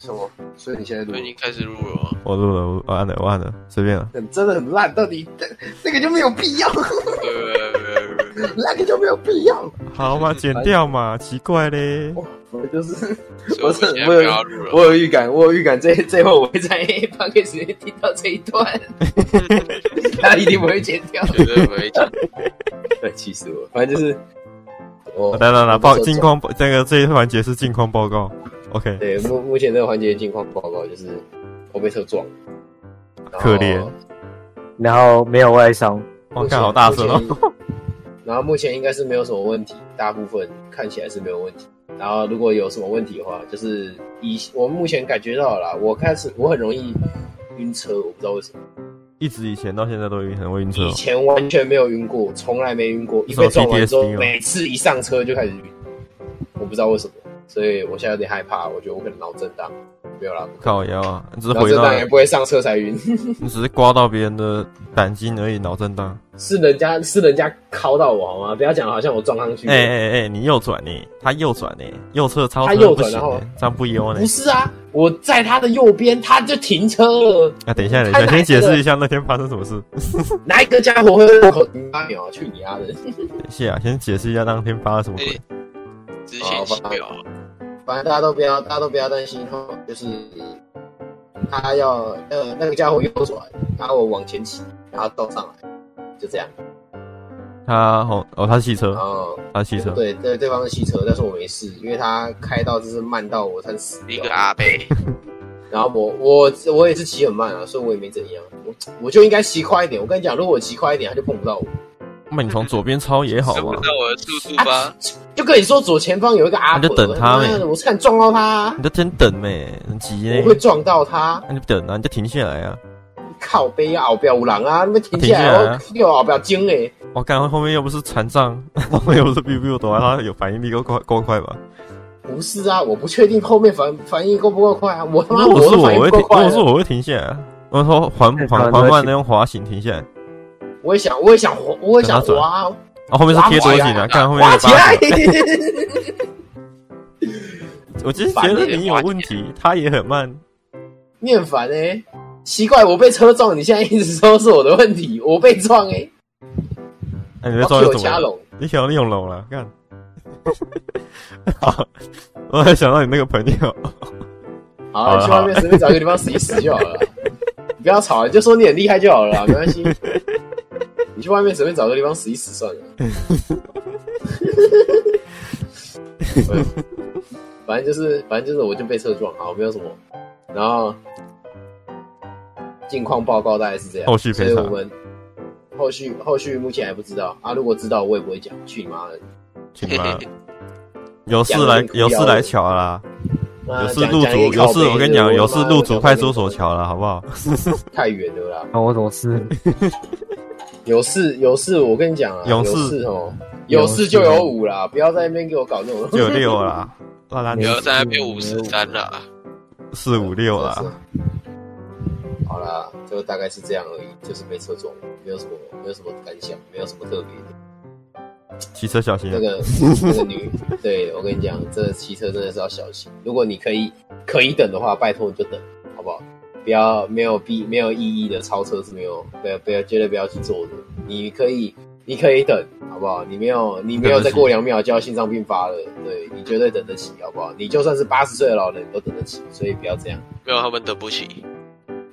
什么？所以你现在录我已经开始录了哦吗？我录了，我我按了，我按了，随便啊了。很真的很烂，到底这这个就没有必要， 呃，那个就没有必要。好嘛，剪掉 嘛，奇怪嘞。我就是 所以我是现在我不有要录了。我有预感，我有预感这这会我会在 p o d c a s 听到这一 段，他一定不会剪掉。绝对不会讲。 对，气死我！反正就是我来来来，报我那时候近况，这个这一环节是近况报告。OK，对目目前这个环节的近况报告就是我被车撞，然后可怜。然后没有外伤，哇，看好大声哦。目前！ 然后目前应该是没有什么问题，大部分看起来是没有问题。然后如果有什么问题的话，就是以我目前感觉到了啦，我开始我很容易晕车，我不知道为什么，一直以前到现在都很会晕车以，前完全没有晕过，从来没晕过，一是有被撞完之后 PTSD 吗，每次一上车就开始晕，我不知道为什么，所以我现在有点害怕，我觉得我可能脑震荡，没有啦，靠腰啊，你只是脑回震到，荡也不会上车才晕， 你只是刮到别人的胆经而已，脑震荡。是人家是人家敲到我好吗？不要讲好像我撞上去，哎哎哎，你右转呢？他右转呢？右侧超他车右不转行然后欸，这样不优呢不。是啊，我在他的右边，他就停车了。啊，等一下，等一他下，哪先解一个释一下那天发生什么事。哪一个家伙会路口停八秒啊？去你丫的！等一下，啊先解释一下当天发生什么鬼。之前洗表，反正大家都不要，大家都不要担心哦。就是他要呃那个家伙右转，然后我往前骑，然后撞上来，就这样。他哦哦，他是汽车然，后他是汽车。对对，对方是汽车，但是我没事，因为他开到就是慢到我才死一掉个。阿贝，然后我我我也是骑很慢啊，所以我也没怎样。我我就应该骑快一点。我跟你讲，如果我骑快一点，他就碰不到我。那 你从左边超也好啊知不 嘛知，道我的速度吧？ 就跟你说左前方有一个阿伯，那就等他呗妈的我差点撞到他啊、你就先等呗，很急我会呢。撞到他，那你等啊，你就停下来啊！靠背啊，后边有人啊，那么停下停下来来，啊我又后边惊哎，我看后面又不是残障， 后面又不是 biu biu 的话，他有反应力够快够快吧？不是啊，我不确定后面反反应够不够快啊，我他妈如果是的我反应会够停，如快啊果是了，我会停下来啊。我说缓缓缓慢那用滑行停下来，我也想我也想滑，我也想等他滑啊，然哦后后面是贴多紧的，看后面滑有起来八。，啊我其实觉得你有问题，他也很慢。 你很烦哎，奇怪，我被车撞，你现在一直说是我的问题，我被撞哎，哎，你我在装替我什掐么？拢，你想到那种龙了，看。 好，我还想到你那个 朋友，好啊，好了你去外面随便找一个地方死一死就好了啦， 你不要吵，你就说你很厉害就好 了啦，没关系，你去外面随便找个地方死一死 算了。对反正就是，反正就是，我就被车撞，好，没有什么。然后近况报告大概是这样，后续所赔以偿我们后续后续目前还不知道啊，如果知道我也不会讲，去你妈的！去 你妈！有事来有事来瞧啦，妈有的事入啊讲讲一主个有靠事背我跟你的讲，有妈事的入主讲派出所瞧啦，好 不好？太远了啦。关我什么 事？有事有事，我跟你讲啊，有有事事哦，有事就有五啦，不要在那边给我搞这种就有 六啦，那那不你要在那边五十三了，啊四五六啦。。好啦，就大概是这样而已，就是被车撞，没有什么没有什么感想，没有什么特别的。骑车小心那。个那个女，对我跟你讲，这骑车真的是要小心。如果你可以可以等的话，拜托你就等，好不好？不要没有必没有意义的超车是没有，不要不要绝对不要去做的。你可以你可以等，好不好？你没有你没有再过两秒就要心脏病发了，对你绝对等得起，好不好？你就算是八十岁的老人，你都等得起，所以不要这样。没有他们等不起。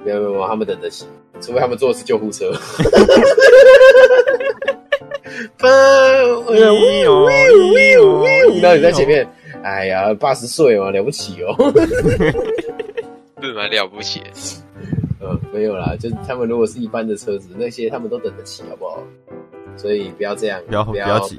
没有没有没有，他们等得起，除非他们坐的是救护 车。不，哎我想然哦后你在前面，哎呀，八十岁嘛，了不起哦。 是蛮了不起的，呃，没有啦，就是他们如果是一般的车子，那些他们都等得起，好不好？所以不要这样，不要不不要。急，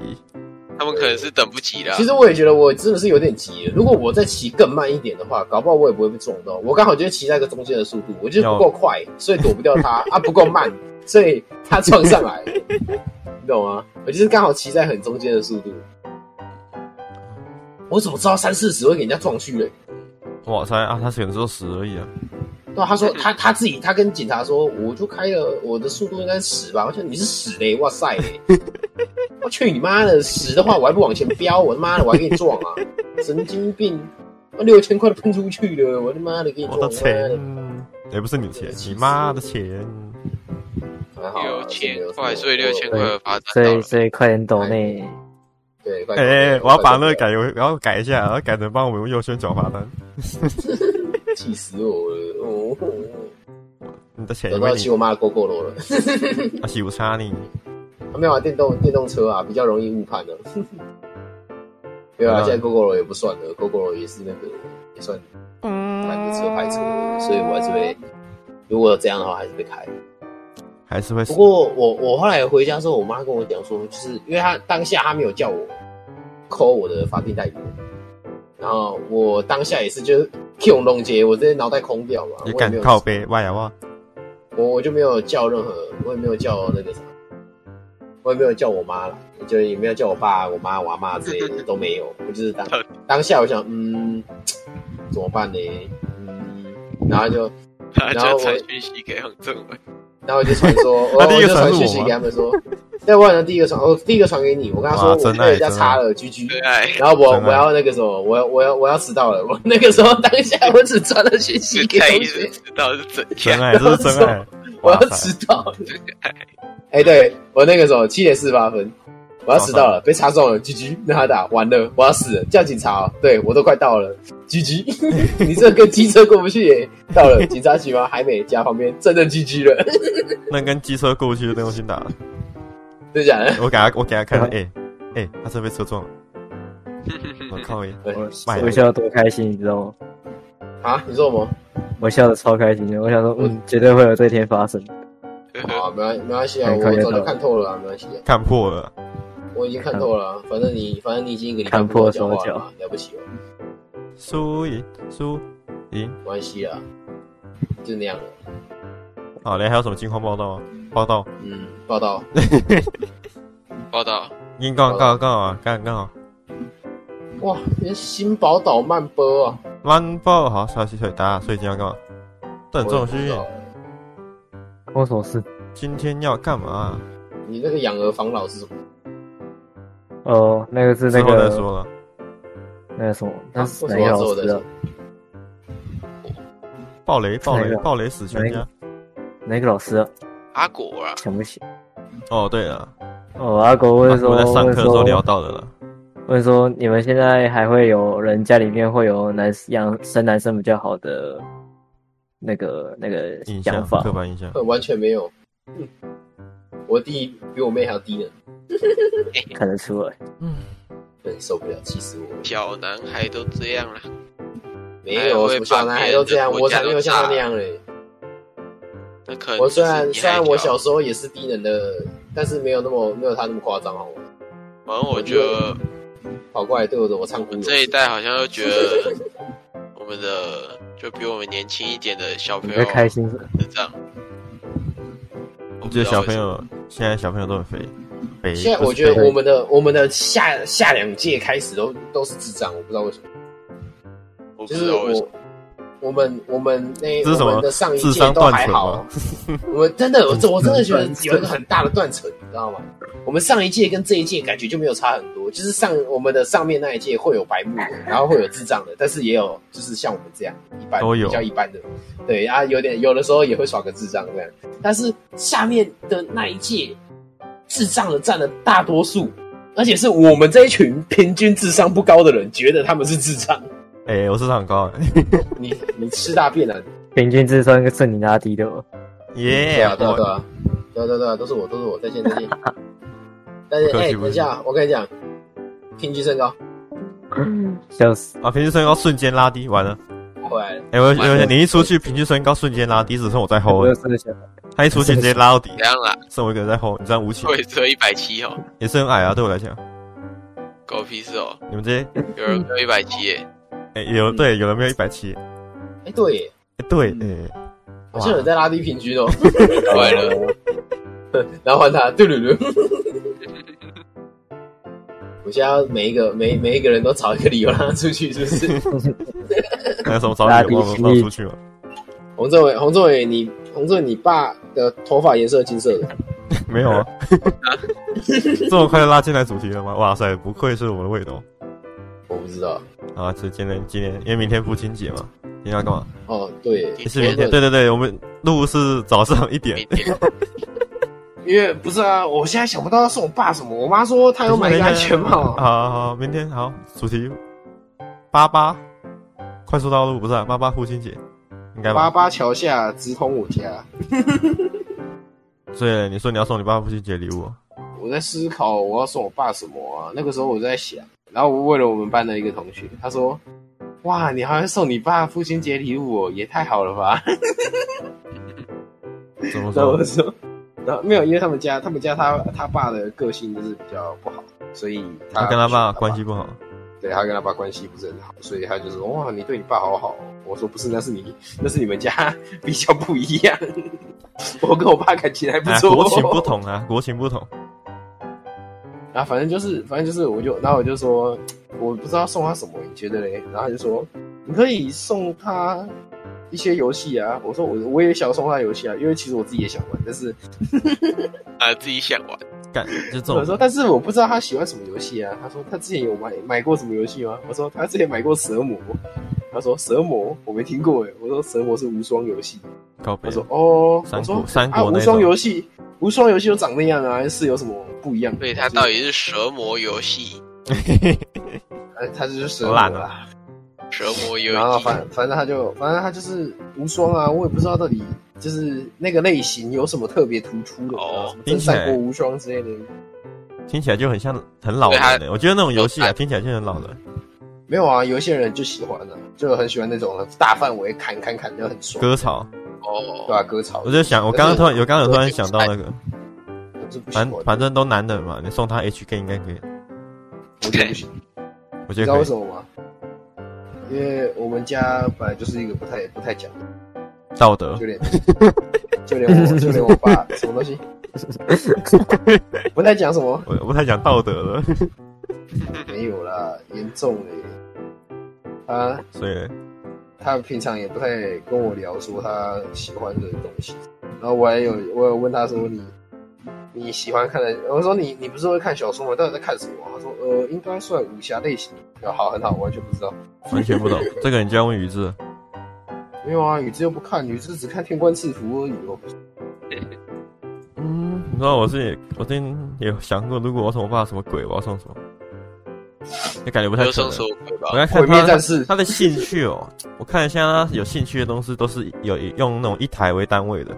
他们可能是等不及的啊。其实我也觉得我真的是有点急了。如果我再骑更慢一点的话，搞不好我也不会被撞到。我刚好就是骑在一个中间的速度，我就是不够快，所以躲不掉他啊，不够慢，所以他撞上来，你懂吗？我就是刚好骑在很中间的速度。我怎么知道三四十会给人家撞去嘞？我猜啊，他可能只有十而已啊。对啊，他说他他自己，他跟警察说，我就开了我的速度应该十吧。我说你是十嘞，哇塞嘞！我去你妈的，十的话我还不往前飙，我他妈的我还给你撞啊！神经病！妈六千块都喷出去了，我他妈的给你做我妈的钱的，也不是你钱，气你死妈我的钱。还好啊是没六千有什么块，所以六千块对有罚所单到以了。所以快点抖内，对，快哎、哎我要把那个改，我要改一下，我要改成帮我们优先转罚单。气死我了，哦，你的钱找因为到骑我你妈的 GoGo 罗了，啊，喜无差你。没有啊，电动电动车啊，比较容易误判的、没有啊，现在 GoGo 罗也不算了，GoGo 罗也是那个也算买个车牌车，所以我还是会，如果这样的话还是会开。还是会不死。过我我后来回家之后，我妈跟我讲说，就是因为她当下她没有叫我扣我的法定代金，然后我当下也是就是 Q 弄街，我直接脑袋空掉嘛，也我也敢没有靠背，啊哇呀哇！我我就没有叫任何，我也没有叫那个啥，我也没有叫我妈了，就也没有叫我爸、我妈、我阿妈之类的都没有，我就是当当下我想，嗯，怎么办呢？嗯，然后就他然后就我传讯息给杨政委，然后我就传说，哦我 那第我一个就传传是我讯息吗给他们说，对，我能第一个传，我哦第一个传给你，我跟他哇说我真被爱人家真插爱了 GG，对啊 爱然后我啊真爱欸我要那个什么，我要我要我要迟到了，我那个时候当下我只传了讯息是给啊太一同直学，知道是怎真样。爱，这是真爱。 我要哇塞迟到了。 哎、对我那个时候七点四十八分，我要迟到了，被插中了，GG，让他打完了，我要死了，叫警察、哦，对我都快到了，GG，你 这跟机车过不去耶，到 了警察局吗？还没，家旁边真的 GG 了，那跟机车过不去的东西打了，真的假 的？我给他，我给他看，啊哎哎，他真被车撞了，我 靠耶！对卖我了笑得多开心，你知道吗？啊，你说什么？我笑得超开心的，我想说，嗯，绝对会有这一天发生。啊，没关没关系啊，很我快就早就到看透了啊，没关系、啊，看破了，我已经看透了、啊，反正你反正你已经一个礼拜看不跟我破讲话手了脚嘛，了不起了，哦输赢输赢。没关系啊，就那样了，好嘞，还有什么近况报道啊？报道，嗯，报道，报道，硬杠杠杠啊，杠杠啊，哇，连新宝岛慢播啊，慢报好，小洗水打，所以今天要干嘛？等重我也虚不知，道关我什么事？今天要干嘛？你那个养儿防老是什么？哦，那个是之那后再个说了。那个什么，那是为哪什么一个要做老的师啊？暴雷，暴哪一雷，个暴雷死全家。哪一个老师啊？阿果啊，想不起。哦，对了，哦，阿狗问说，我在上课的时候问聊说，到的了。问说你们现在还会有人家里面会有男养生男生比较好的那个那个印象想，法刻？板印象。呃完全没有。嗯我弟比我妹还要低呢，看得出来，真受不了，气死我了！小男孩都这样了，没哎有，什么小男孩都这样，我才没有像他那样嘞。那可能我虽然嗯只是虽你还然我小小时候也是低能的，但是没有那么没有他那么夸张哦。反正我觉得跑过来对我的我唱我哭们了。这一代好像都觉得我们的就比我们年轻一点的小朋你友在开心什么？是这样。我不觉知得道小为朋什么友现在小朋友都很肥，肥。现在不是我觉得肥我们的我们的下下两届开始都都是智障，我不知道为什么。我不就知是啊道为什我我么们我们那这是什我么们的上一智届商都断还层好吗？。我们真 的，我真我真的觉得有一个很大的断层，你知道吗？我们上一届跟这一届感觉就没有差很多，就是上我们的上面那一届会有白目的，然后会有智障的，但是也有就是像我们这样一般都有比较一般的，对啊，有点有的时候也会耍个智障这样，但是下面的那一届智障的占了大多数，而且是我们这一群平均智商不高的人觉得他们是智障，哎、我智商很嗯高，你你吃大便了、啊，平均智商是你拉低的吧？对耶、啊，对啊，对哎我啊，对啊，对啊对啊，都是我，都是我，再见，再 见。但是，不客哎、气等不客一气下，我跟你讲，平均身高笑死！啊，平均身高瞬间拉低，完了。回来了，哎、我完了我你一出去，平均身高瞬间拉低，只剩我在后我了有。真的想，他一出去直接拉到底，怎样啦？剩我一个人在后，你这样无情我，也只有一百七哦，也是很矮啊，对我来讲。狗屁事哦，你们这些，有人没有一百七耶，哎、有对，有人没有一百七？哎、对耶，哎对，哎、嗯好像有在拉低平均哦。快乐。 然后换他，对噜噜。我现在要每一个每每一个人都找一个理由让他出去，是不 是？那个时候找拉你低我心我率出去嘛。洪政伟，洪政伟，你洪政伟，你爸的头发颜色金色的， 没有啊， 这么快就拉进来主题了吗？哇塞，不愧是我们的味道。我不不知道。啊，所以今天今天因为明天父亲节嘛，今天要干嘛？哦，对，今也是明天，对对对对，我们录是早上一点一，点因为不是啊，我现在想不到要送我爸什么。我妈说她有买一个安，Oh 全帽 好，好好，明天好，主题八八快速道路不是啊八八父亲节，应该八吧？八桥下直通我家。所以你说你要送你爸爸父亲节礼物啊，我在思考我要送我爸什么啊？那个时候我在想，然后我问了我们班的一个同学，他说：“哇，你还会送你爸父亲节礼物、哦，也太好了 吧怎么？”然后说我？说：“然后没有，因为他们家他们家他他爸的个性就是比较不好，所以他他跟他爸关系 不好，对他跟他爸关系不是很好，所以他就说：哇，你对你爸好好哦。我说不是，那是你那是你们家 比较不一样。我跟我爸感情还不哎，错、哦国情不同啊，国情不同。啊，反正就是，反正就是，我就，然后我就说，我不知道送他什么，你觉得嘞？然后他就说，你可以送他一些游戏啊。我说我我也想送他游戏啊，因为其实我自己也想玩，但是啊，自己想玩，干，就这我种说，但是我不知道他喜欢什么游戏啊。他说他之前有买买过什么游戏吗？我说他之前买过蛇魔。他说蛇魔我没听过诶。我说蛇魔是无双游戏。告他别。说哦，三我国说三啊国无那双种游戏，无双游戏都长那样啊，是有什么不一样的？所以他到底是蛇魔游戏、呃他就是蛇好魔烂啊。蛇魔游然后戏反反正他就反正他就是无双啊，我也不知道到底就是那个类型有什么特别突出的，哦什么真三国无双之类的。 听起来就很像很老对他人、欸。我觉得那种游戏啊，哦听起来就很老人。没有啊，有一些人就喜欢啊，就很喜欢那种大范围砍砍砍就很爽，割草，对哦，啊，割草我，就想，我刚刚突然有刚刚有突然想到那个，我是不喜反欢，反正都男人嘛，你送他 H K 应该可以，我就不喜欢。我你觉知得道可为以什。么吗？因为我们家本来就是一个不太不太讲，道德就连就连我就连我爸什么东西，不太讲什么我我不太讲道德了， 没有啦，严重嘞、啊，所以他平常也不太跟我聊说他喜欢的东西，然后我还有我有问他说你你喜欢看的，我说你你不是会看小说吗？到底在看什么？他说呃，应该算武侠类型。我说好，很好，我完全不知道。完全 不懂。这个你就要问宇智，没有啊，宇智又不看，宇智只看天官赐福而已哦。嗯，你知道我是我之前也有想过，如果我送我爸什么鬼，我要送什么？也感觉不太就送可能。蛇魔我吧，在毁看灭他战士他的兴趣哦，我看一下他有兴趣的东西都是有用那种一台为单位的，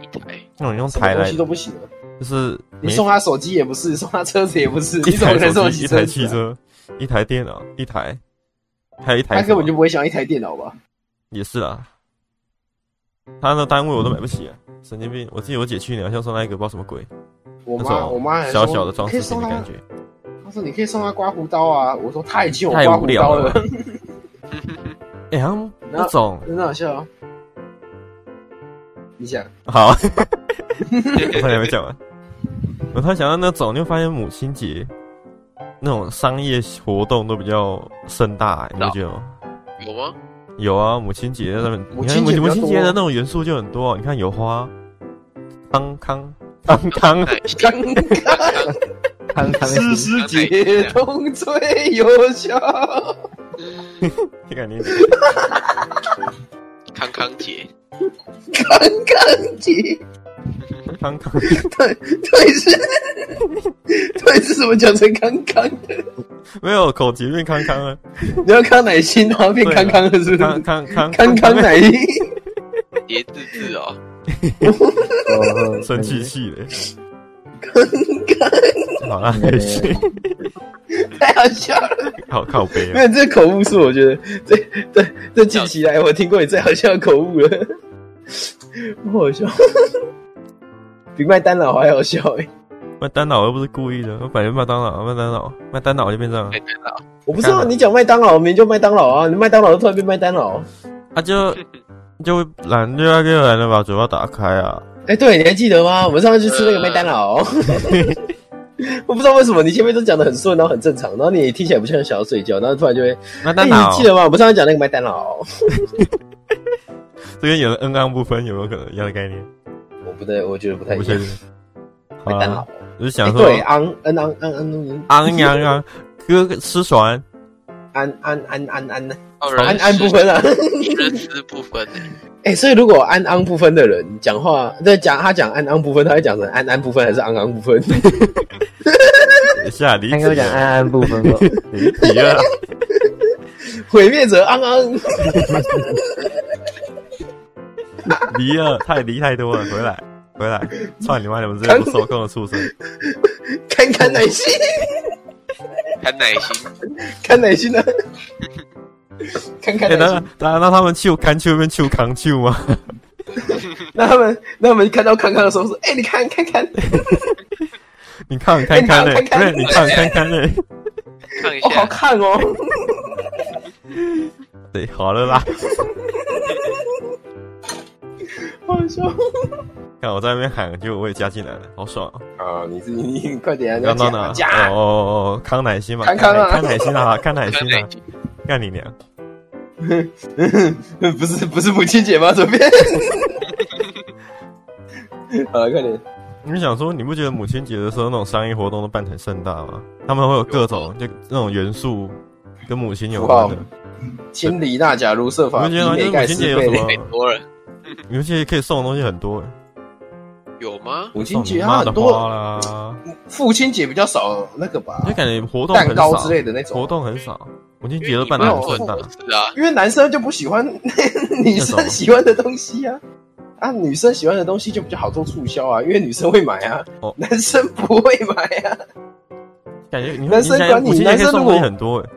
一台那种用什么台东来西都不行啊，就是你没送他手机也不是，送他车子也不是，你一怎么台能手送机、一车台子汽啊？车、一台电脑、一台，还有一他台什么。根本就不会想要一台电脑吧？也是啊，他那单位我都买不起、啊，神经病！我记得我姐去年好像送她一个不知道什么鬼，我那妈我种妈还说小小的装你可以饰品送的他感觉，他说你可以送他刮胡刀啊，我说他已经有太刮无胡聊刀了了， 哎、好像那种真的好笑、哦。你想，好， 我差点没讲完。我突然想到那种，你会发现母亲节那种商业活动都比较盛大、你会觉得吗有吗？有啊？母亲节那种，母你看亲母节比较母亲节多的那种元素就很多、你看有花，康康康康哎刚康 康刚师节痛最有效。 你看你康康姐，刚刚节，康康，对对是，对是怎么讲成刚刚的？没有口疾病康康啊，你要康乃馨，然后变康啊康的是不康是？康康康康乃馨，叠字字哦，哦生气气 的。康好啦，没事，康 太好笑了。好靠背没啊。有，这口误是我觉得这这这近期来我听过你最好笑的口误了， 不好笑， 比麦当劳还好笑哎、麦当劳又不是故意的，我本来就麦当劳，麦当劳，麦当劳就变这样啊麦当劳，我不知道你讲麦当劳，明明就麦当劳啊，你麦当劳突然变麦当劳。啊，就就懒就要又来了，把嘴巴打开啊。哎、对，你还记得吗？我们上次去吃那个麦当 劳，我不知道为什么你前面都讲的很顺，然后很正常，然后你听起来不像想要睡觉，然后突然就会。麦哎、当你劳记得吗？我们上次讲那个麦当劳，这跟有人恩爱不分有没有可能一样的概念？我不对，我觉得不太我一不确样定。哎麦好啊当劳啦，，我就哎想说，对，昂，嗯昂，嗯嗯嗯，昂扬昂哥哥吃爽，安安安安安有人安安不分 啊！ 认知不分欸，哎、所以如果安安不分的人讲话，那讲他讲安安不分，他会讲成安安不分还是安安不分？ 下哎离刚刚子讲安安不分过，离题了啦。毁灭者安安，离了，太离太多了，回来，回来，操你妈！你们 这些不受控的畜生！ 看看奶心，看耐心，看奶心呢、啊？看看 奶哎、那心，那那他们去干去那边去扛去吗？ 那他们那他们看到康康的时候说：“哎、你看看看，你看看看嘞，不哎是你看看看嘞， 看一哦，好下，看哦。 对，好了啦。”好笑看我在那边喊，结果我也加进来了，好爽、哦！啊！你是你你快点啊，刚加刚呢？加哦哦哦，康乃馨嘛，康康啊康乃 馨啊，康乃看馨耐啊，心，干你娘！ 不是不是母亲节吗？怎 么变？好了，快点！你想说，你不觉得母亲节的时候那种商业活动都办成盛大吗？他们会有各种就那种元素跟母亲有关的，哦清理大假如设法，你不觉得以内吗盖就是母亲世节有什贝么太多了，尤其可以送的东西很多、欸，有吗？母亲送你节妈它的很花多，啦，父亲节比较少那个吧，就感觉活动蛋很糕少，之类的那种活。动很少，母亲因节为都你办们得做很盛大很。多次啊，因为男生就不喜欢 女生喜欢的东西啊，啊，女生喜欢的东西就比较好做促销啊，因为女生会买啊，哦男生不会买啊。感觉你男生你管想你母亲节可以男生送如东果西很多、欸，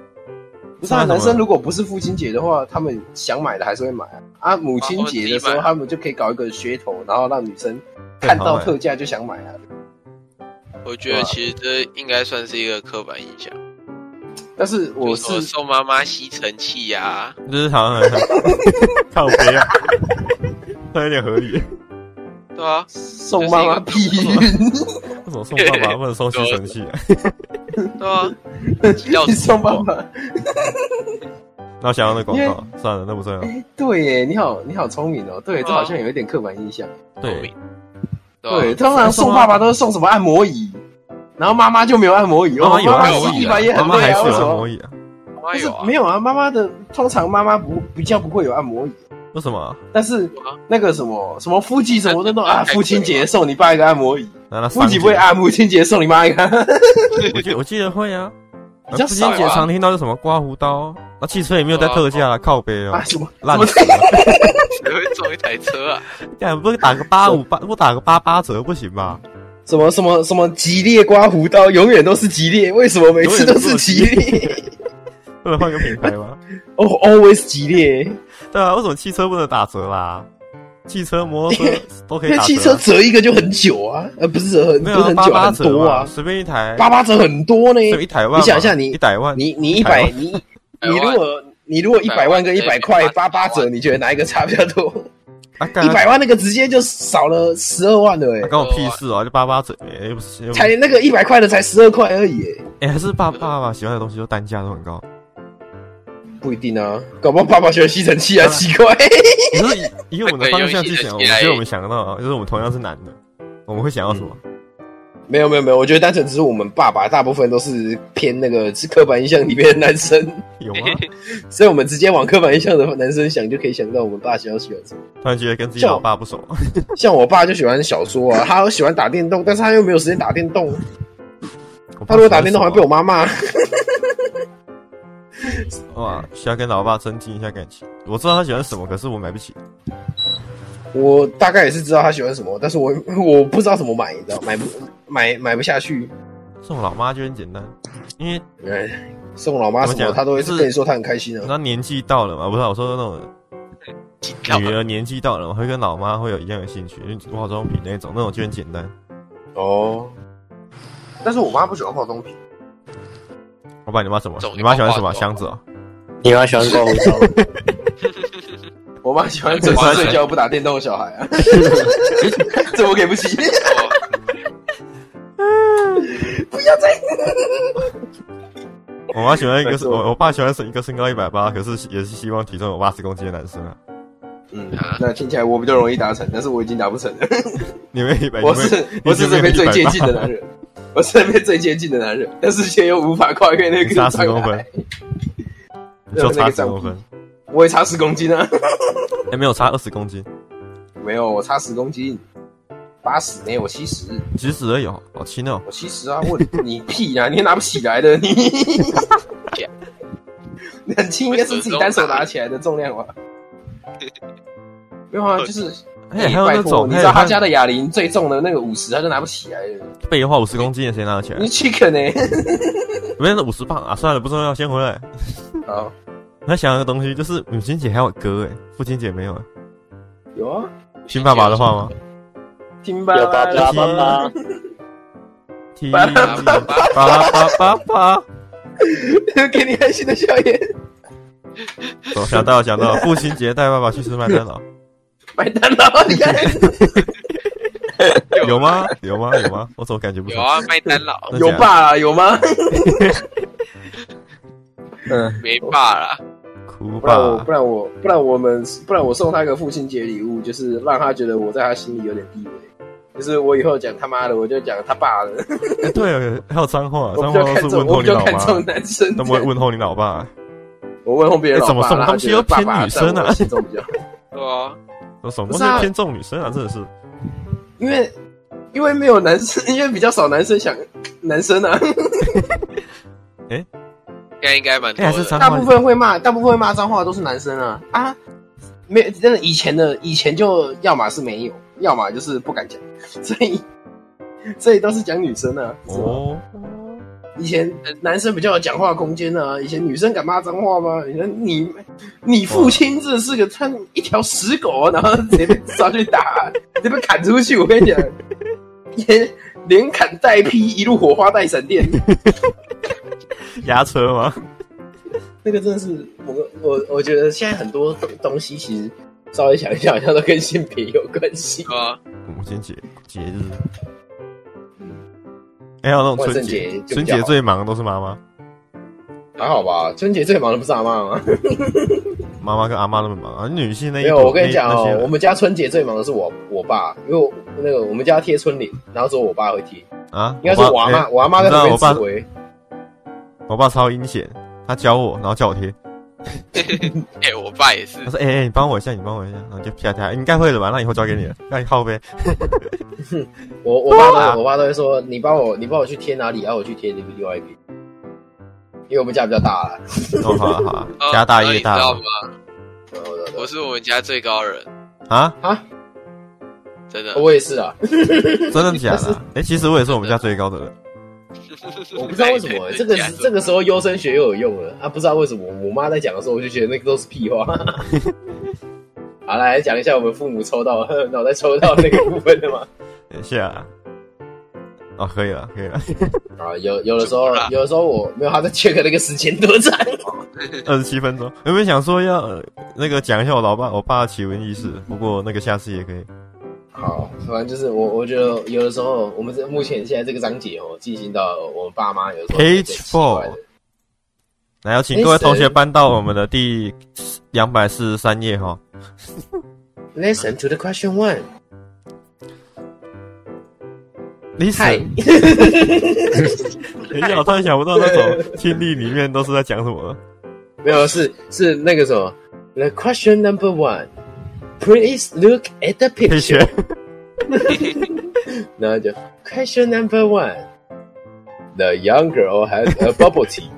不是啊，送他什么男生如果不是父亲节的话，他们想买的还是会买啊。啊，母亲节的时哦自己候，买他们就可以搞一个噱头，然后让女生看到特价就想买啊。我觉啊得其实这应该算是一个刻板印象，但是我就是说送妈妈吸尘器呀，就是好 像很靠背 啊，那有点合理。对啊，送妈妈避孕，为什么送爸 爸不能送吸尘器、啊？对啊，挤 到你送妈妈。那我想要那广告，算了，那不重要。哎，对耶，你好，你好聪明哦。对，对啊这好像有一点刻板印象。对，，啊对，对吧，啊通常送爸爸都是送什么按摩椅，然后妈妈就没有按摩椅，妈妈有哦按妈摩洗椅衣啊板也，妈很妈累还啊，是为有什按么？摩椅啊？妈妈不是有啊，没有啊，妈妈的通常妈妈不比较不会有按摩椅，为什么？但是有啊那个什么什么夫妻什么的都那啊，太贵了父亲节送你爸一个按摩椅，那那父上亲不会按，母亲节送你妈一个，我记我记得会啊。比较之前少啊姐常听到是什么刮胡刀，那汽车也没有在特价啊，靠背哦啊， 什么烂什么死了！谁会送一台车啊？干不打个八五八，不打个八八折不行吧？什么什么什么吉列刮胡刀，永远都是吉列，为什么每次都是吉列 不能换个品牌吗？哦 always 吉列，对啊，为什么汽车不能打折啦？汽车、摩托车都 可因以为打折汽啊。车折一个就很久啊，呃，不是折很不没是有啊很八久啊八很折多嘛，啊，随便一台，八八折很多呢。就一台万嘛。你想一下你一百万，你你一台百湾你台你湾如果你如果一百万跟一百块八八折，嗯你觉得哪一个差比较多？啊干一百万那个直接就少了十二万了哎、啊关我屁事啊！就八八折，哎又不是又不是才那个一百块的才十二块而已、哎哎、还是爸爸爸喜欢的东西都单价都很高。不一定啊，搞不好爸爸喜欢吸尘器啊，啊奇怪， 可是以以我们的方向去想，我们觉得我们想到，就是我们同样是男的，我们会想要什么？嗯没有没有没有，我觉得单纯只是我们爸爸大部分都是偏那个是刻板印象里面的男生， 有吗？所以我们直接往刻板印象的男生想，就可以想到我们爸喜欢喜欢什么。突然觉得跟自己老爸不熟，像我爸就喜欢小说啊，他喜欢打电动，但是他又没有时间打电动，我他爸如果打电动还被我我妈骂。 哇，需要跟老爸增进一下感情。我知道他喜欢什么，可是我买不起。我大概也是知道他喜欢什么，但是我我不知道怎么买，你知道，买不买买不下去。送老妈就很简单，因为哎，送老妈什怎么么，讲他都会就是跟你说他很开心啊。那年纪到了嘛，不是啊我说那 挤到种女儿年纪到了，会跟老妈会有一样的兴趣，就是化妆品那种，那种就很简单。哦，但是我妈不喜欢化妆品，我把你妈什么这？种你妈喜欢什么箱子哦？你妈喜欢刮胡刀，我妈喜 欢准时睡觉不打电动的小孩啊。这我给不起，不要再我妈喜欢一个没是，错我我爸喜欢是一个身高一百八，可是也是希望体重有八十公斤的男生啊。嗯，那听起来我比较容易达成，但是我已经达不成了。哎你们一百，我是你们我是这边最接近的。你们男180人。我是那边最接近的男人，但是却又无法跨越那个差障十公分碍。，你就差十公分，我也差十公斤啊，哎、没有差二十公斤，没有，我差十公斤，八十没有，我七十，其实而已哦，好轻哦。我七十啊，我你屁啊，你也拿不起来的，你你很轻，应该是自己单手拿起来的重量吧？没有啊，就是哎、还有拜那托，种，你还知有道还他有家的哑铃最重的那个五十，他就拿不起来了。废话，五十公斤的谁拿得起来你？chicken 呢、 没有那五十磅啊，算了，不重要，先回来。好，那想要个东西，就是母亲节还有哥哎、父亲节没有、欸。有啊，听爸爸的话吗？听吧，有爸爸听爸爸，爸听爸爸爸爸爸爸， 给你开心的笑颜。我想到了想到了，父亲节带爸爸去吃麦当 劳，麦当劳，你 看有吗？有吗？有吗？我怎么感觉不出有？啊，麦当劳真的有假的？爸啊有 吗？嗯，没爸啦，哭不然我不吧！然我不然我们不然我送他个父亲节礼物，就是让他觉得我在他心里有点地位。就是我以后讲他妈的，我就讲他爸的，哎对，还有脏 话，我脏们就话都看是中，问我候们你就老看中妈，男生他。们会问候你老爸。我问候别人老哎怎么爸送让他东西觉得又偏爸爸女在我生啊心中比较好对啊，那什么不是东西啊偏重女生啊？真的是，因为因为没有男生，因为比较少男生想男生啊，现在应该蛮多哎，还是的。脏大话部。分会骂，大部分会骂脏话的都是男生啊啊！没有真的以前的以前就要么是没有，要么就是不敢讲，所以所以都是讲女生啊。是吧哦，以前男生比较有讲话空间啊，以前女生敢骂脏话吗？你说你你父亲这是个他一条死狗，然后直接被抓去打， 直接被砍出去。我跟你讲， 连连砍带劈，一路火花带闪 电，压车吗？那个真的是我我我觉得现在很多东西其实稍微想一想，好像都跟性别有关系。对啊，母亲节节日，哎，还有那种春万节圣节就比，较春节最忙的都是妈妈， 还好吧，春节最忙的不是阿妈吗？妈妈跟阿妈那么忙啊。女性那一没有，坨我跟你那讲那些哦，人我们家春节最忙的是我我爸，因为我那个我们家贴春联，然后只有我爸会贴，啊，应该是我我阿爸妈，哎我阿妈在你知旁道边我爸指挥。我爸超阴险，他教我，然后叫我嗯贴。哎、我爸也是他，说：“哎、欸、哎、你帮我一下，你帮我一下。”然后就啪啪，欸你应该会了吧？那以后交给你了，嗯让你靠呗。我我爸都哇会我爸都会说，你帮我你帮我去贴哪里，然后我去贴另外一边，因为我们家比较大啦。哦，好了好 了，呃家大然后业你大知道嘛吗？对对对我是我们家最高人，啊，啊，真的。我也是 啊，真的假的、啊？哎、其实我也是我们家最高的人。我不知道为什么欸这个这个时候优生学又有用了啊！不知道为什么我妈在讲的时候，我就觉得那个都是屁话。 好，来讲一下我们父母抽到脑袋抽到那个部分的 吗？等一下啊，哦，可以了，可 以了，啊，有有的时候怎么啦，有的时候我没有他在 check 那个时间多长。二十七分钟。原本想说要、呃、那个讲一下我老爸我爸的奇闻异事，嗯不过那个下次也可以。好，反正就是我，我觉得有的时候，我们这目前现在这个章节哦，进行到我们爸妈有时候 Page four 来，有请各位同学搬到我们的第两百四十三页哈。 Listen to the question one. 你 Hi，等一下，哎我突然想不到那种听力里面都是在讲什么了。没有是是那个什么，The question number one. Please look at the 可以学 picture. 然后就 Question number one. The young girl has a bubble tea.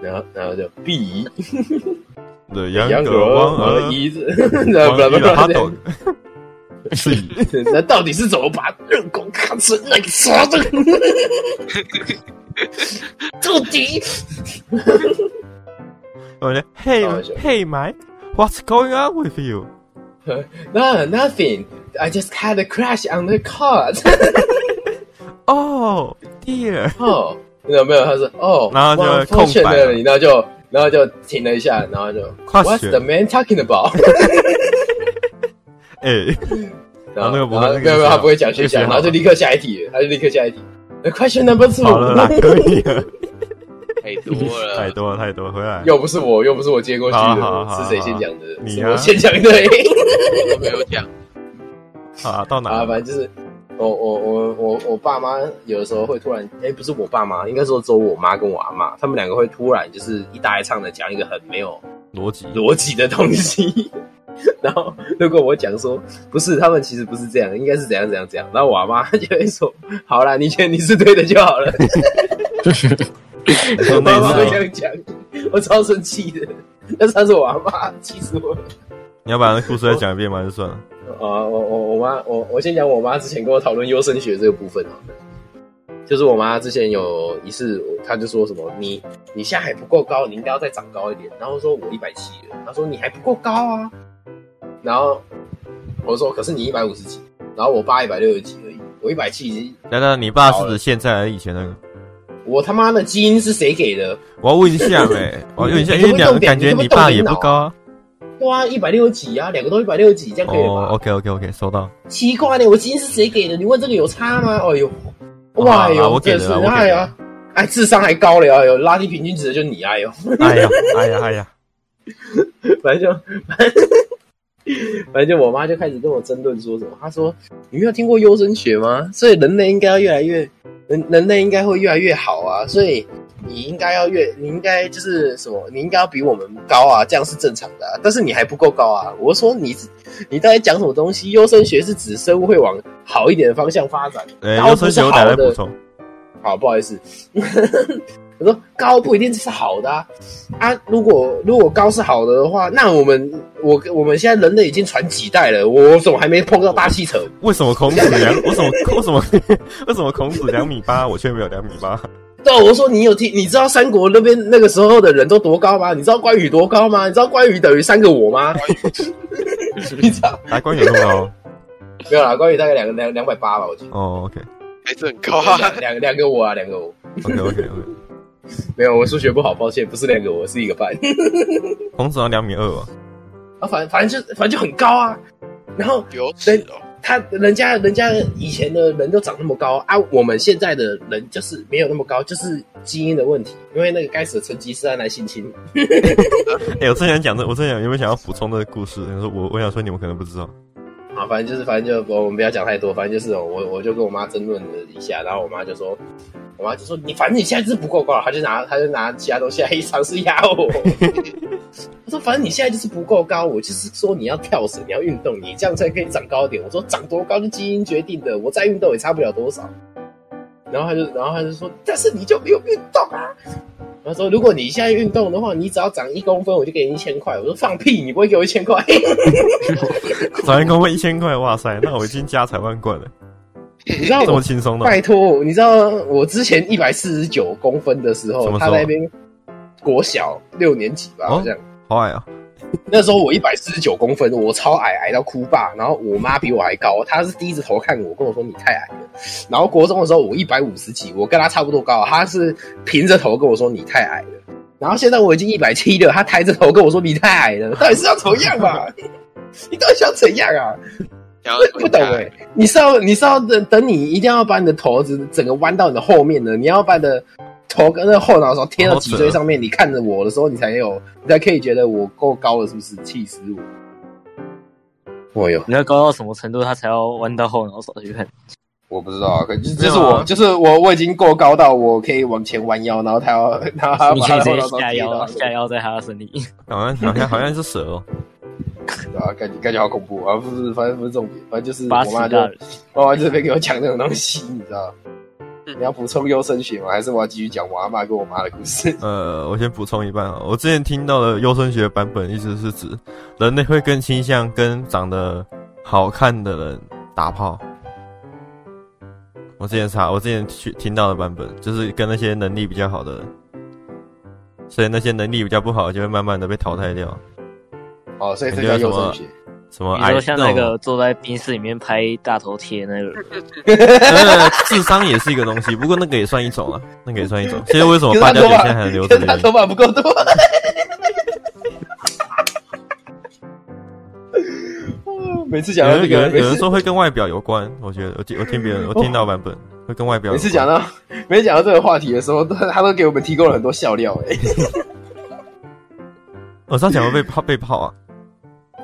然后，然后就 B The 杨 young 格 girl 王 w 而 a 一， 然后不然 n t 不 a 然 hot 不然 dog。是 以那到底是怎么把热狗看成奶茶的？到底我觉得 Hey 开玩笑 Hey Mike，What's going on with you？ ？No, nothing. I just had a crash on the car. Oh dear，哦，没有没有，他说哦，然后就空白了，了然后就然后就停了一下，然后就跨 What's 学 the man talking about？ 哎、然后啊那个不会然后那个没有没有，学他好不会讲学校，那个然学好后就立刻下一题了，他就立刻下一题。The question number 好 two，了啦，可以了，太多了，太多了，太多了，回来。又不是我，又不是我接过去好好好的，好是谁先讲的？你啊是我先讲的。我都没有讲。好啊，到哪啊，了？反正就是我我我我我爸妈有的时候会突然，哎、不是我爸妈，应该说只有我妈跟我阿妈，他们两个会突然就是一搭一唱的讲一个很没有逻辑逻辑的东西。 然后如果我讲说不是，他们其实不是这样，应该是怎样怎样怎样，然后我阿妈 就会说，好啦，你觉得你是对的就好 了。我说妈妈会那这次样讲，我超生气的。但是她是我阿妈，气死我了。你要把那故事再讲一遍吗？就算了。啊，我我我妈，我我先讲我妈之前跟我讨论优生学这个部分啊，就是我妈之前有一次，她就说什么你你现在还不够高，你应该要再长高一点。然后说我一百七了，她说你还不够高啊。然后我说可是你一百五十几，然后我爸一百六十几而已，我一百七已经，等等，你爸好是了指现在还是以前那个？我他妈的基因是谁给的？我要问一下哎、 我要问一下，你因为会两动个点感觉你会你动爸点也脑不啊高啊。对啊，一百六十几啊，两个都一百六十几，这样可以了吧？哦，OK OK OK，收到。奇怪呢，我基因是谁给的？你问这个有差吗？哎呦，哦哇好哎啦呦，我给的真是啦我给的哎呀，哎，智商还高了，哎呦，拉低平均值的就你，哎呦， 哎呀，哎呀，哎呀，反正就，反正就我妈就开始跟我争论说什么，她说你没有听过优生学吗？所以人类应该要越来越，人人类应该会越来越好啊，所以你应该要越，你应该就是什么，你应该要比我们高啊，这样是正常的、啊，但是你还不够高啊。我说你你到底讲什么东西？优生学是指生物会往好一点的方向发展， 哎，高优不生是学我好打来的补，充。好，不好意思， 我说高不一定是好的啊，啊，如果如果高是好的的话，那我们我我们现在人类已经传几代了，我我怎么还没碰到大气层？为什么孔子两？为什么为什么为什么孔子两米八，我却没有两米八？对，啊我说你有听，你知道三国那边那个时候的人都多高吗？你知道关羽多高吗？你知道关羽等于三个我吗？ 你知道来，关羽有多高？没有啦，关羽大概两个两两百八吧，我记得。哦，OK 还是很高 啊。两两两个我啊，两个我 OK OK OK。没有，我数学不好，抱歉，不是两个我，是一个半。 孔子要两米二哦吧？啊，反反正就反正就很高啊。然后有尺哦，他人家人家以前的人都长那么高啊，我们现在的人就是没有那么高，就是基因的问题。因为那个该死的成吉思汗来性侵，哎、我正想讲这，我正想有没有想要补充这个故事？但是我我想说你们可能不知道。啊，反正就是反正就我们不要讲太多，反正就是哦我我就跟我妈争论了一下，然后我妈就说，我妈就说你反正你现在就是不够高，她就拿她就拿其他东西来尝试压我。 我说反正你现在就是不够高，我就是说你要跳绳，你要运动，你这样才可以长高一点。我说长多高是基因决定的，我再运动也差不了多少。然后她就然后她就说，但是你就没有运动啊。她说：“如果你现在运动的话，你只要长一公分，我就给你一千块。”我说：“放屁，你不会给我一千块。” 早员工会一千块，哇塞，那我已经家财万贯了，你知道这我么轻松的？拜托，你知道我之前一百四十九公分的时什候，么时他候在那边国小六年级吧，哦好像、好矮啊！那时候我一百四十九公分，我超矮，矮到哭爸。然后我妈比我还高，她是低着头看我，跟我说你太矮了。然后国中的时候我一百五十几，我跟她差不多高，她是平着头跟我说你太矮了。然后现在我已经一百七了，她抬着头跟我说你太矮了，到底是要怎么样 嘛？你到底想怎样啊？然后不不懂哎、你是要你是要等等你一定要把你的头子整个弯到你的后面的，你要把你的头跟那个后脑勺贴到脊椎上面，你看着我的时候，你才有你才可以觉得我够高了，是不是？气死我！哦哟，你要高到什么程度，他才要弯到后脑勺去看？我不知道啊，可就是没有啊就是我就是我我已经够高到我可以往前弯腰，然后他 要然后他要你把可他的以后脑直接勺下贴到腰，他下腰在他的身体。好像好像好像是蛇哦。对啊，感觉感觉好恐怖啊！不是，反正不是重点，反正就是八我尺妈就大人，我妈这边给我讲这种东西，你知道？嗯你要补充优生学吗？还是我要继续讲我阿妈跟我妈的故事？呃，我先补充一半啊，我之前听到的优生学版本，意思是指人类会更倾向跟长得好看的人打炮。我之前查，我之前去听到的版本，就是跟那些能力比较好的人，所以那些能力比较不好的就会慢慢的被淘汰掉。哦，所以这叫优生学。什么你说癌像症、那个坐在冰室里面拍大头贴那个人，呃，智商也是一个东西，不过那个也算一种啊，那个也算一 种。所以为什么可是八他角姐头现发在还留，可着是原他因？头发不够多。 每次讲到有这人有个，人每有人次嗯说会跟外表有关，我觉得我听我听别 人我听到版本会跟外表有每关。次讲到每次讲到这个话题的时候，他他都给我们提供了很多哎笑料、欸。我上讲会被泡被泡啊，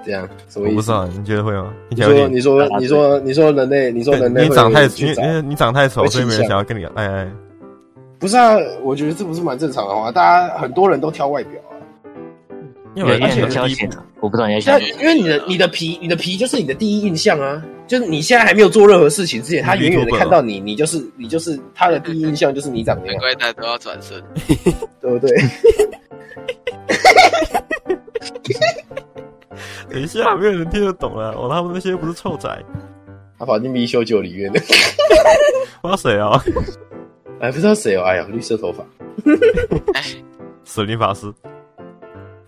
这样什么我意不知思？道，你觉得会吗？你听起来有说点你说你说你说人类，你说人类你会长太去因为找因为你长太丑，会所以没人倾向想要跟你哎爱爱。不是啊？我觉得这不是蛮正常的话，大家很多人都挑外表啊。因有为人我觉想得消第一遣啊，我不知道你在想但什么。因为你的你的皮你的皮就是你的第一印象啊，就是你现在还没有做任何事情之前，他远远的看到你，你就是你就是他的第一印象就是你长那难样，怪大家都要转身。对不对？ 哎等一下，没有人听得懂了。我他们那些不是臭仔，他跑进米修酒里面了，我要谁啊？ 哎，不知道谁哦，哎呀，绿色头发，舍灵法师。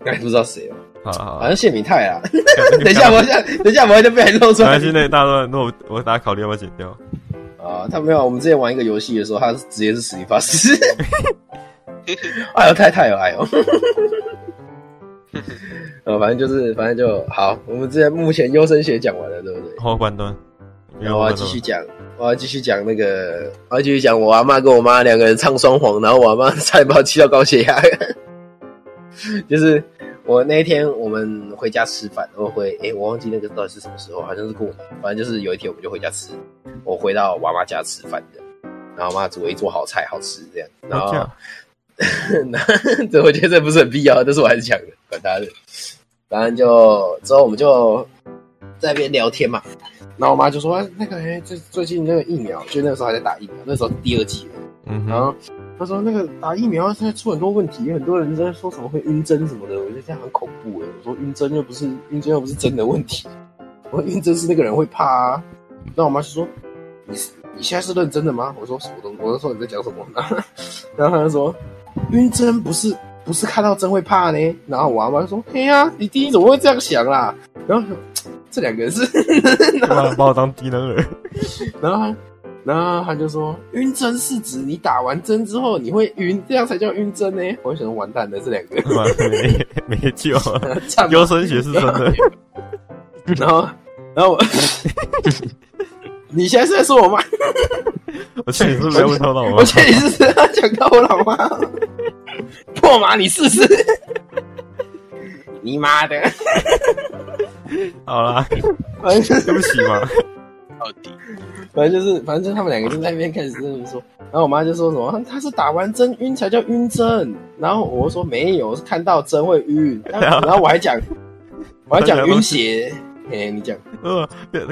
哎，不知道谁哦，好了好好了，像谢敏泰 啊。看等一下，我现在等一下，我就被人露出没来关。系，那一大段，那我我大家考虑要不要剪掉？啊，他没有，我们之前玩一个游戏的时候，他是直接是死灵法师。哎呦，太太有爱哦。 呃，反正就是，反正就好。我们之前目前优生学讲完了，对不对？后半段，然啊后我要啊继续讲，我要继续讲那个，我要继续讲我阿妈跟我妈两个人唱双簧，然后我阿妈差点把我气到高血压。 就是我那一天我们回家吃饭，我回诶、我忘记那个到底是什么时候，好像是过年，反正就是有一天我们就回家吃，我回到我阿妈家吃饭的，然后我妈煮了一桌好菜，好吃这样，然哦后这样 那这我觉得这不是很必要，但是我还是讲了，管他的。反正就之后我们就在那边聊天嘛，然后我妈就说哎那个哎，最最近那个疫苗，就那个时候还在打疫苗，那时候第二季了。嗯然哼，后她说那个打疫苗现在出很多问题，很多人在说什么会晕针什么的，我觉得这样很恐怖哎。我说晕针又不是晕针又不是真的问题，我说晕针是那个人会怕啊。那我妈就说你是你现在是认真的吗？我说什么东西？我就说你在讲什么？ 然后她就说晕针不是不是看到针会怕呢？然后我阿妈就说：“嘿呀、你第一怎么会这样想啦？”然后我想这两个人是，把把我当低能儿， 然后他然后他就说：“晕针是指你打完针之后你会晕，这样才叫晕针呢。”我就想说完蛋了，这两 个人完没没救 了。这样优生学是真的，然后然后我， 你现在是在说我妈？ 我劝你是不是要问头 脑吗我？觉得你是是要讲到我老妈，破马你试试，你妈的！好啦，反正就是对不起嘛。到底反正就是，反正就是他们两个就在那边开始在那边说，然后我妈就说什么，她是打完针晕才叫晕针，然后我说没有，是看到针会晕，然后我还讲， 我还讲晕血，哎、你讲，呃，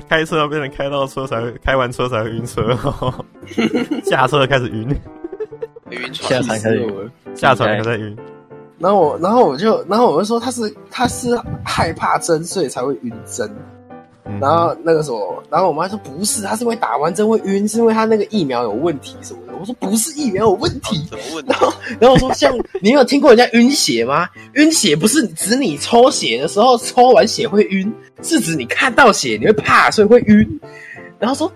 开车要变成开到车才会，开完车才 会晕车，下车开始晕，会晕下船，场开气始死我了下船还在晕。哎然后我，然后我就，然后我就说她是她是害怕针，所以才会晕针，嗯然后那个时候，然后我妈说不是，她是因为打完针会晕，是因为她那个疫苗有问题什么的，我说不是疫苗有问题，什么问题啊然？后，然后我说，像你有听过人家晕血吗？晕血不是指你抽血的时候抽完血会晕，是指你看到血你会怕，所以会晕。然后说，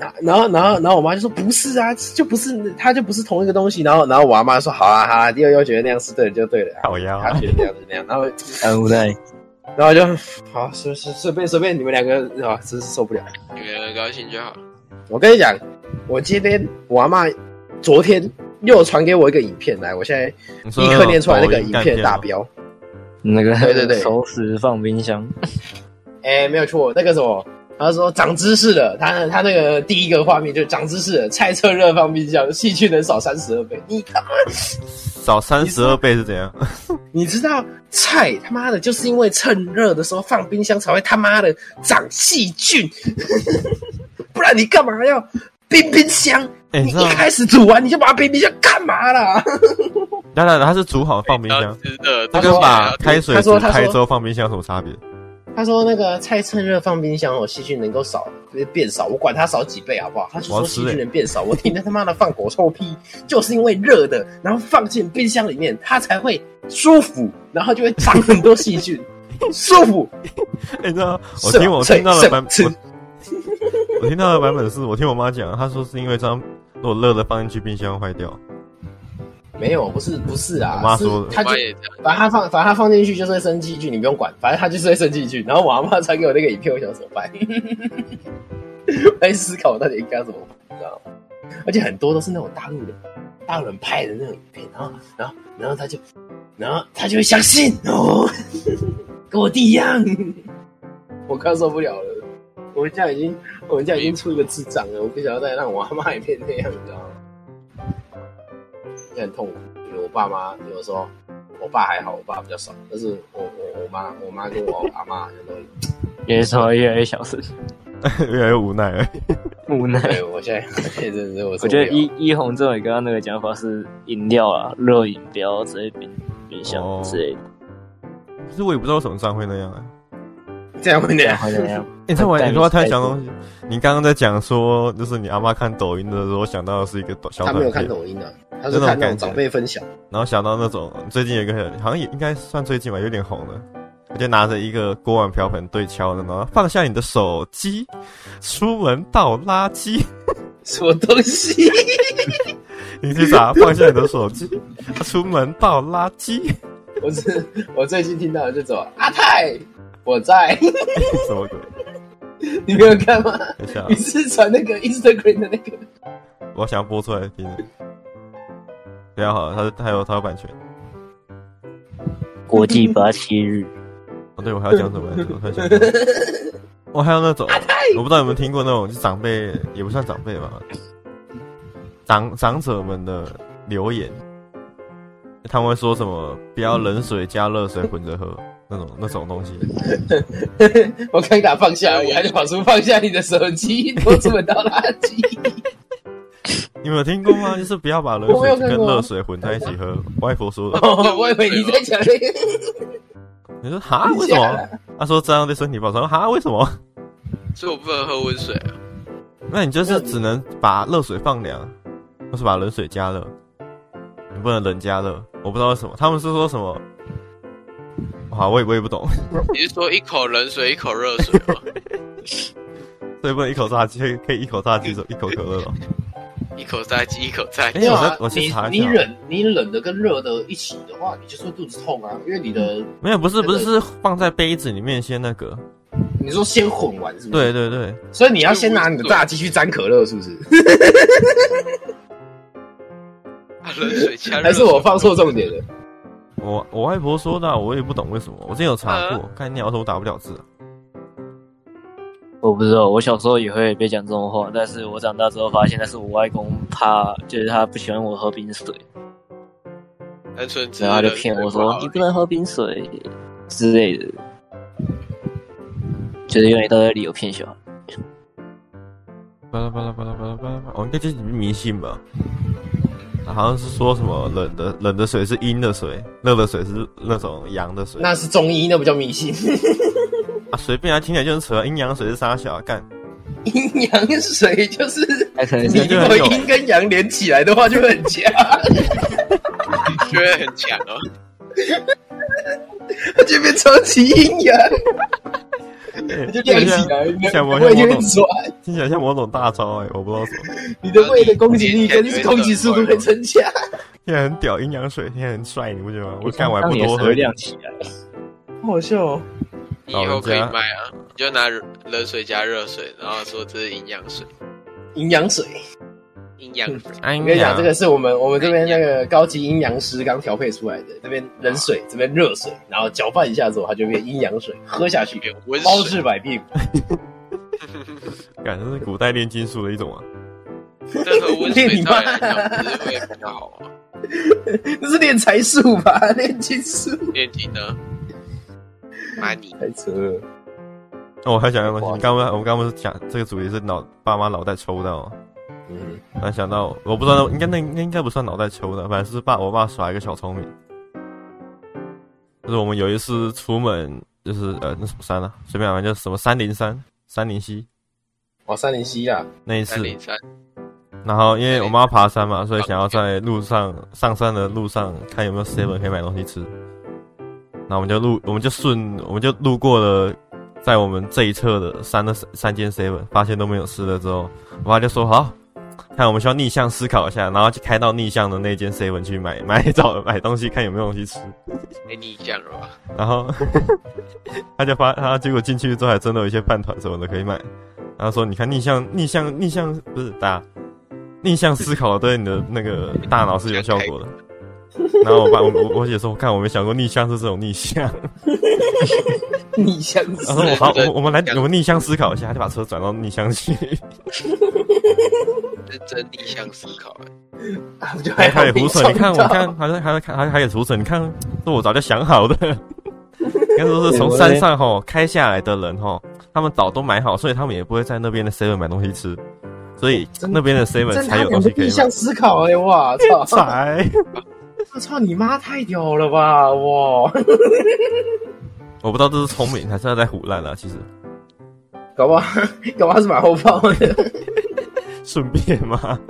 啊然后，然后，然后我妈就说不是啊，就不是，它就不是同一个东西。然后，然后我阿妈说好啊，好啊，第二优觉得那样是对的就对了啊，烤鸭她觉得那样是那样。然后，很无奈，然后就好随随随便随便你们两个啊，真是受不了。你们高兴就好。我跟你讲，我今天我阿妈昨天又传给我一个影片来，我现在你说立刻念出来那个影抖片音干大片标。那个对对对手指放冰箱，哎、没有错，那个什么，他说长知识了，他他那个第一个画面就是长知识了，菜色热放冰箱，细菌能少三十二倍。你他妈，少三十二倍是怎样？ 你知道菜他妈的就是因为趁热的时候放冰箱才会他妈的长细菌， 不然你干嘛要冰冰箱？哎、你你知道一？开始煮完你就把它冰冰箱干嘛啦？当然，它是煮好放冰要箱，吃的，他它跟说哎把开水他煮说他说开之后放冰箱有什么差别？ 他说那个菜趁热放冰箱哦，细菌能够少变少，我管它少几倍好不好？他就我要说吃细欸菌能变少，我听他他妈的放狗臭屁，就是因为热的，然后放进冰箱里面，它才会舒服，然后就会长很多细菌，舒服。哎你知道？我是听吧我所以听到的是版，是我我听到的版本是我听我妈讲，她说是因为这样，如果热的放进去冰箱坏掉。 没有，不是不是啊，我妈是说的他我就妈也这样。反正他放，反正他放进去就是会生细菌，你不用管，反正他就是会生细菌。然后我阿妈传给我那个影片，我想怎么办？我在思考我到底应该要怎么办，你知道吗？而且很多都是那种大陆人，大陆人拍的那种影片，然后，然后，然后他就，然后他就会相信哦，跟我弟一样，我快受不了了。我们家已经，我们家已经出一个智障了，我不想要再让我阿妈也变那样，你知道吗？也很痛苦。因为我爸妈有的时候，我爸还好，我爸比较少，但是我我我妈我妈跟我阿妈好像都有。也是说越来越小声，越来越无奈了。无奈。对我现在现在真的是我受我不觉了得一一红这种刚刚那个讲法是饮料啊，热饮料之类冰冰哦箱之类的，可是我也不知道为什么这样会那样、欸。这样会那这样啊样，会那样。哎你这玩，但你说你他是想在东西，你刚刚在讲说，就是你阿妈看抖音的时候想到的是一个短小他没有短看片，抖音啊，他就是看那种那种感觉长辈分享。然后想到那种最近有一个很好像也应该算最近吧，有点红的，我就拿着一个锅碗瓢盆对敲的，然后放下你的手机，出门倒垃圾。 什么东西？ 你去啥？放下你的手机，出门倒垃圾， 我是我最近听到的这种阿泰，我在，什么鬼？你没有看吗？等一下啊你，是传那个 Instagram 的那个？我想要播出来听。不要好了，他他有他有版权。国际八七日，哦，对，我还要讲什么来着？我突然想不起来，我还有那种，我不知道有没有听过那种，就长辈也不算长辈吧，长长者们的留言，他们会说什么不要冷水加热水混着喝那种那种东西，我刚打放下，我还得跑出放下你的手机，多出门倒垃圾。你们有听过吗？就是不要把冷我没有水看跟过热水混在一起喝。外婆说的， 哦 我以为你在讲那个，你说哈为什么？他说这样对身体不好。他说哈为什么？所以我不能喝温水啊。那你就是只能把热水放凉，或是把冷水加热，你不能冷加热。我不知道为什么，他们是说什么？好，我也我也不懂， 你是说一口冷水一口热水吗？所以不能一口炸鸡，可以可以一口炸鸡，一口可乐哦。一口炸鸡，一口炸没鸡，有有我啊在我，去查一你下你冷你冷的跟热的一起的话，你就是会肚子痛啊，因为你的没有，不是不是，是放在杯子里面先那个。你说先混完是不是？对对对，对，所以你要先拿你的炸鸡去沾可乐，是不是？把冷水加热水。还是我放错重点了？我我外婆说的啊，我也不懂为什么。我之前有查过，看鸟什么打不了字啊。我不知道，我小时候也会被讲这种话，但是我长大之后发现，那是我外公怕，就是他不喜欢我喝冰水，单纯只是然后他就骗我说你不 能喝冰水之类的，就是用一大堆理由骗小孩。巴拉巴拉巴拉巴拉巴拉巴拉，哦，应该就是迷信吧。好像是说什么冷的冷的水是阴的水，热的水是那种阳的水。那是中医，那不叫迷信。 啊，随便啊，听起来就很扯。阴阳水是啥小啊干？阴阳水就是他可能你是如果阴跟阳连起来的话，就会很强， 觉得很强哦。它就变超级阴阳，它就亮起来，你的胃就会转，听起来像某种大招哎、我不知道什么。你的胃的攻击力跟攻击速度会增加。现在很屌，阴阳水现在很帅，你不觉得吗？我看看我还完不也多是喝会一点亮。起来。好笑哦！你以后可以老人家卖啊，你就拿冷水加热水，然后说这是营养水，营养水，营养水。哎我跟你呀讲，这个是我们我们这边那个高级营养师刚调配出来哎的，这边冷水，这边热水，然后搅拌一下之后，它就变阴阳水，喝下去变 温包水，治百病。感觉是古代炼金术的一种啊。但是温你水妈当然养殖会很好啊。这是练财术吧？ 练金术，炼金呢？妈啊你太扯了！哦那、我还想到东西，哇你刚刚我们刚刚不是讲这个主题是脑爸妈脑袋抽到哦，嗯，然后想到我不知道那应该那那应该不算脑袋抽的，反正是爸我爸耍一个小聪明。就是我们有一次出门，就是呃那什么山啊，随便啊反正就什么三零三三零七哦哇，三零七啊，那一次三，零三，然后因为我妈爬山嘛，所以想要在路上上山的路上看有没有 seven 可以买东西吃。那我们就路，我们就顺，我们就路过了，在我们这一侧的山的三间 seven，发现都没有吃的之后，我妈就说好，看我们需要逆向思考一下，然后就开到逆向的那间 seven 去买买找买东西，看有没有东西吃。哎你讲了吧？然后他就发他结果进去之后还真的有一些饭团什么的可以买，然后说你看逆向逆向逆向不是打逆向思考对你的那个大脑是有效果的。然后我爸我我我姐说，我看我没想过逆向是这种逆向。逆向思然后我好，我我们来我们逆向思考一下，就把车转到逆向去，是真逆向思考欸。考，就 还还还有胡哎扯，你看我看看还在还在看还还有胡扯，你看这我早就想好的。 应该说是从对我山上吼开下来的人吼，他们岛都买好，所以他们也不会在那边的 seven 买东西吃，所以哦真那边的 seven 真才他有娘东西的可以逆买向。思考哎、哇 操！才，我操你妈太屌了吧！哇，我不知道这是聪明还是他在胡乱啊，其实搞不好搞不好是马后炮的。顺便嘛。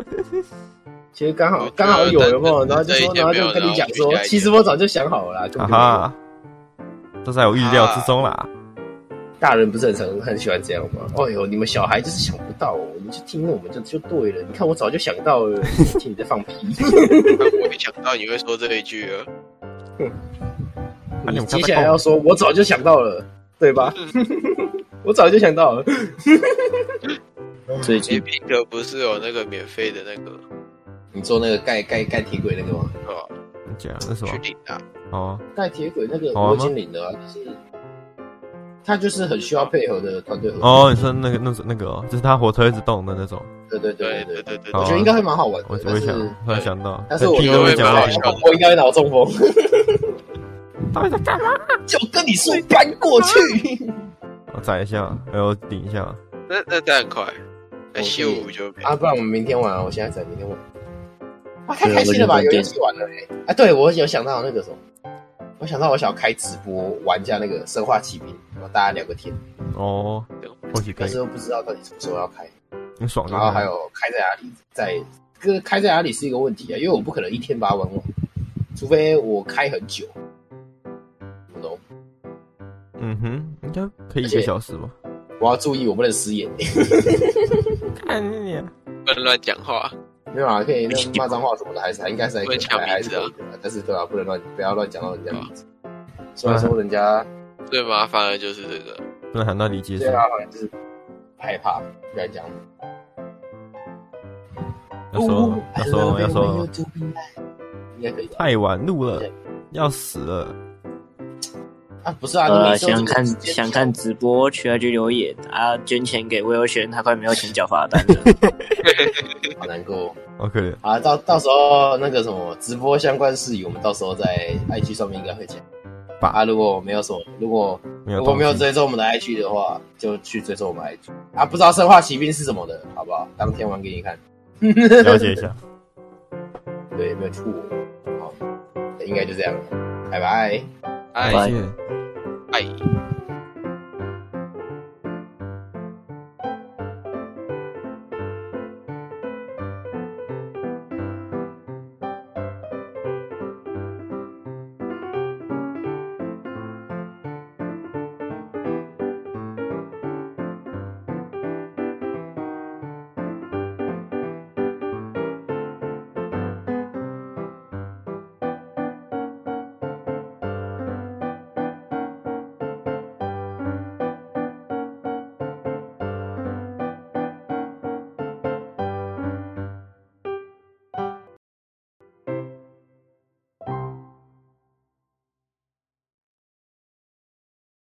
其实刚好我觉得刚好有有没有？这然后就这说，一然点后没有就跟你讲然后我说们，去其实我早就想好了啦，根啊本就没有哈，这在我预料之中啦。大人不是很常很喜欢这样吗？哦呦，你们小孩就是想不到、哦，你就听我们就就对了。你看我早就想到 了，听你在放屁。我没想到你会说这一句啊！啊你你们接下来要说，我早就想到了，对 吧？我早就想到 了，最其近实皮革哎不是有那个免费的那个你做那个盖盖盖铁轨那个吗？哦，你讲那什么去？领啊？哦，盖铁轨那个好玩我已吗经领了、啊，就是他就是很需要配合的团队合作。哦，你说那个那那个、哦，就是他火车一直动的那种。对对对对对对对，对对好我啊觉得应该会蛮好玩我的，我但也是想，突然想到，但是我屁觉哥得会我讲蛮到好这笑个的我应该会脑中风。到底在干嘛？就跟你说搬过 去，我载一下，哎，我顶一下。那那这样很快，那我秀五就没啊，不然我们明天玩啊！我现在在明天玩。哇，太开心了吧！有游戏玩了哎、啊，对我有想到那个什么，我想到我想要开直播玩一下那个《生化奇兵》，然后大家聊个天，哦，或许可但以嗯是，又不知道到底什么时候要开，你爽就然后好还有开在哪里，在这个开在哪里是一个问题啊，因为我不可能一天把它玩完，除非我开很久，不懂。嗯哼，应该可以一个小时吧。我要注意，我不能失言。看你啊，不能乱讲话。没有啊，可以那骂脏话什么的，还是应该是还可以不能抢还名是字可啊以的啊。但是对啊，不能乱，不要乱讲到人家名字。啊虽然说人家最麻烦的就是这个，不能喊到李杰对森。啊，好像就是害怕不敢讲。要说 要说要说，应该可以吧太晚录了，要死了。啊，不是啊，你呃每次都想这看么直接想看直播去 IG 留言啊，捐钱给魏欧璇，他快没有钱缴罚单了。好难过好哦可怜，啊。到到时候那个什么直播相关事宜，我们到时候在 IG 上面应该会讲。吧啊，如果没有什么，如果没有如果动没有机。追踪我们的 IG 的话，就去追踪我们 IG 啊。不知道生化奇兵是什么的，好不好？当天玩给你看。 了解一下，对，没有吐我。好，应该就这样了，拜拜。哎拜谢谢。哎。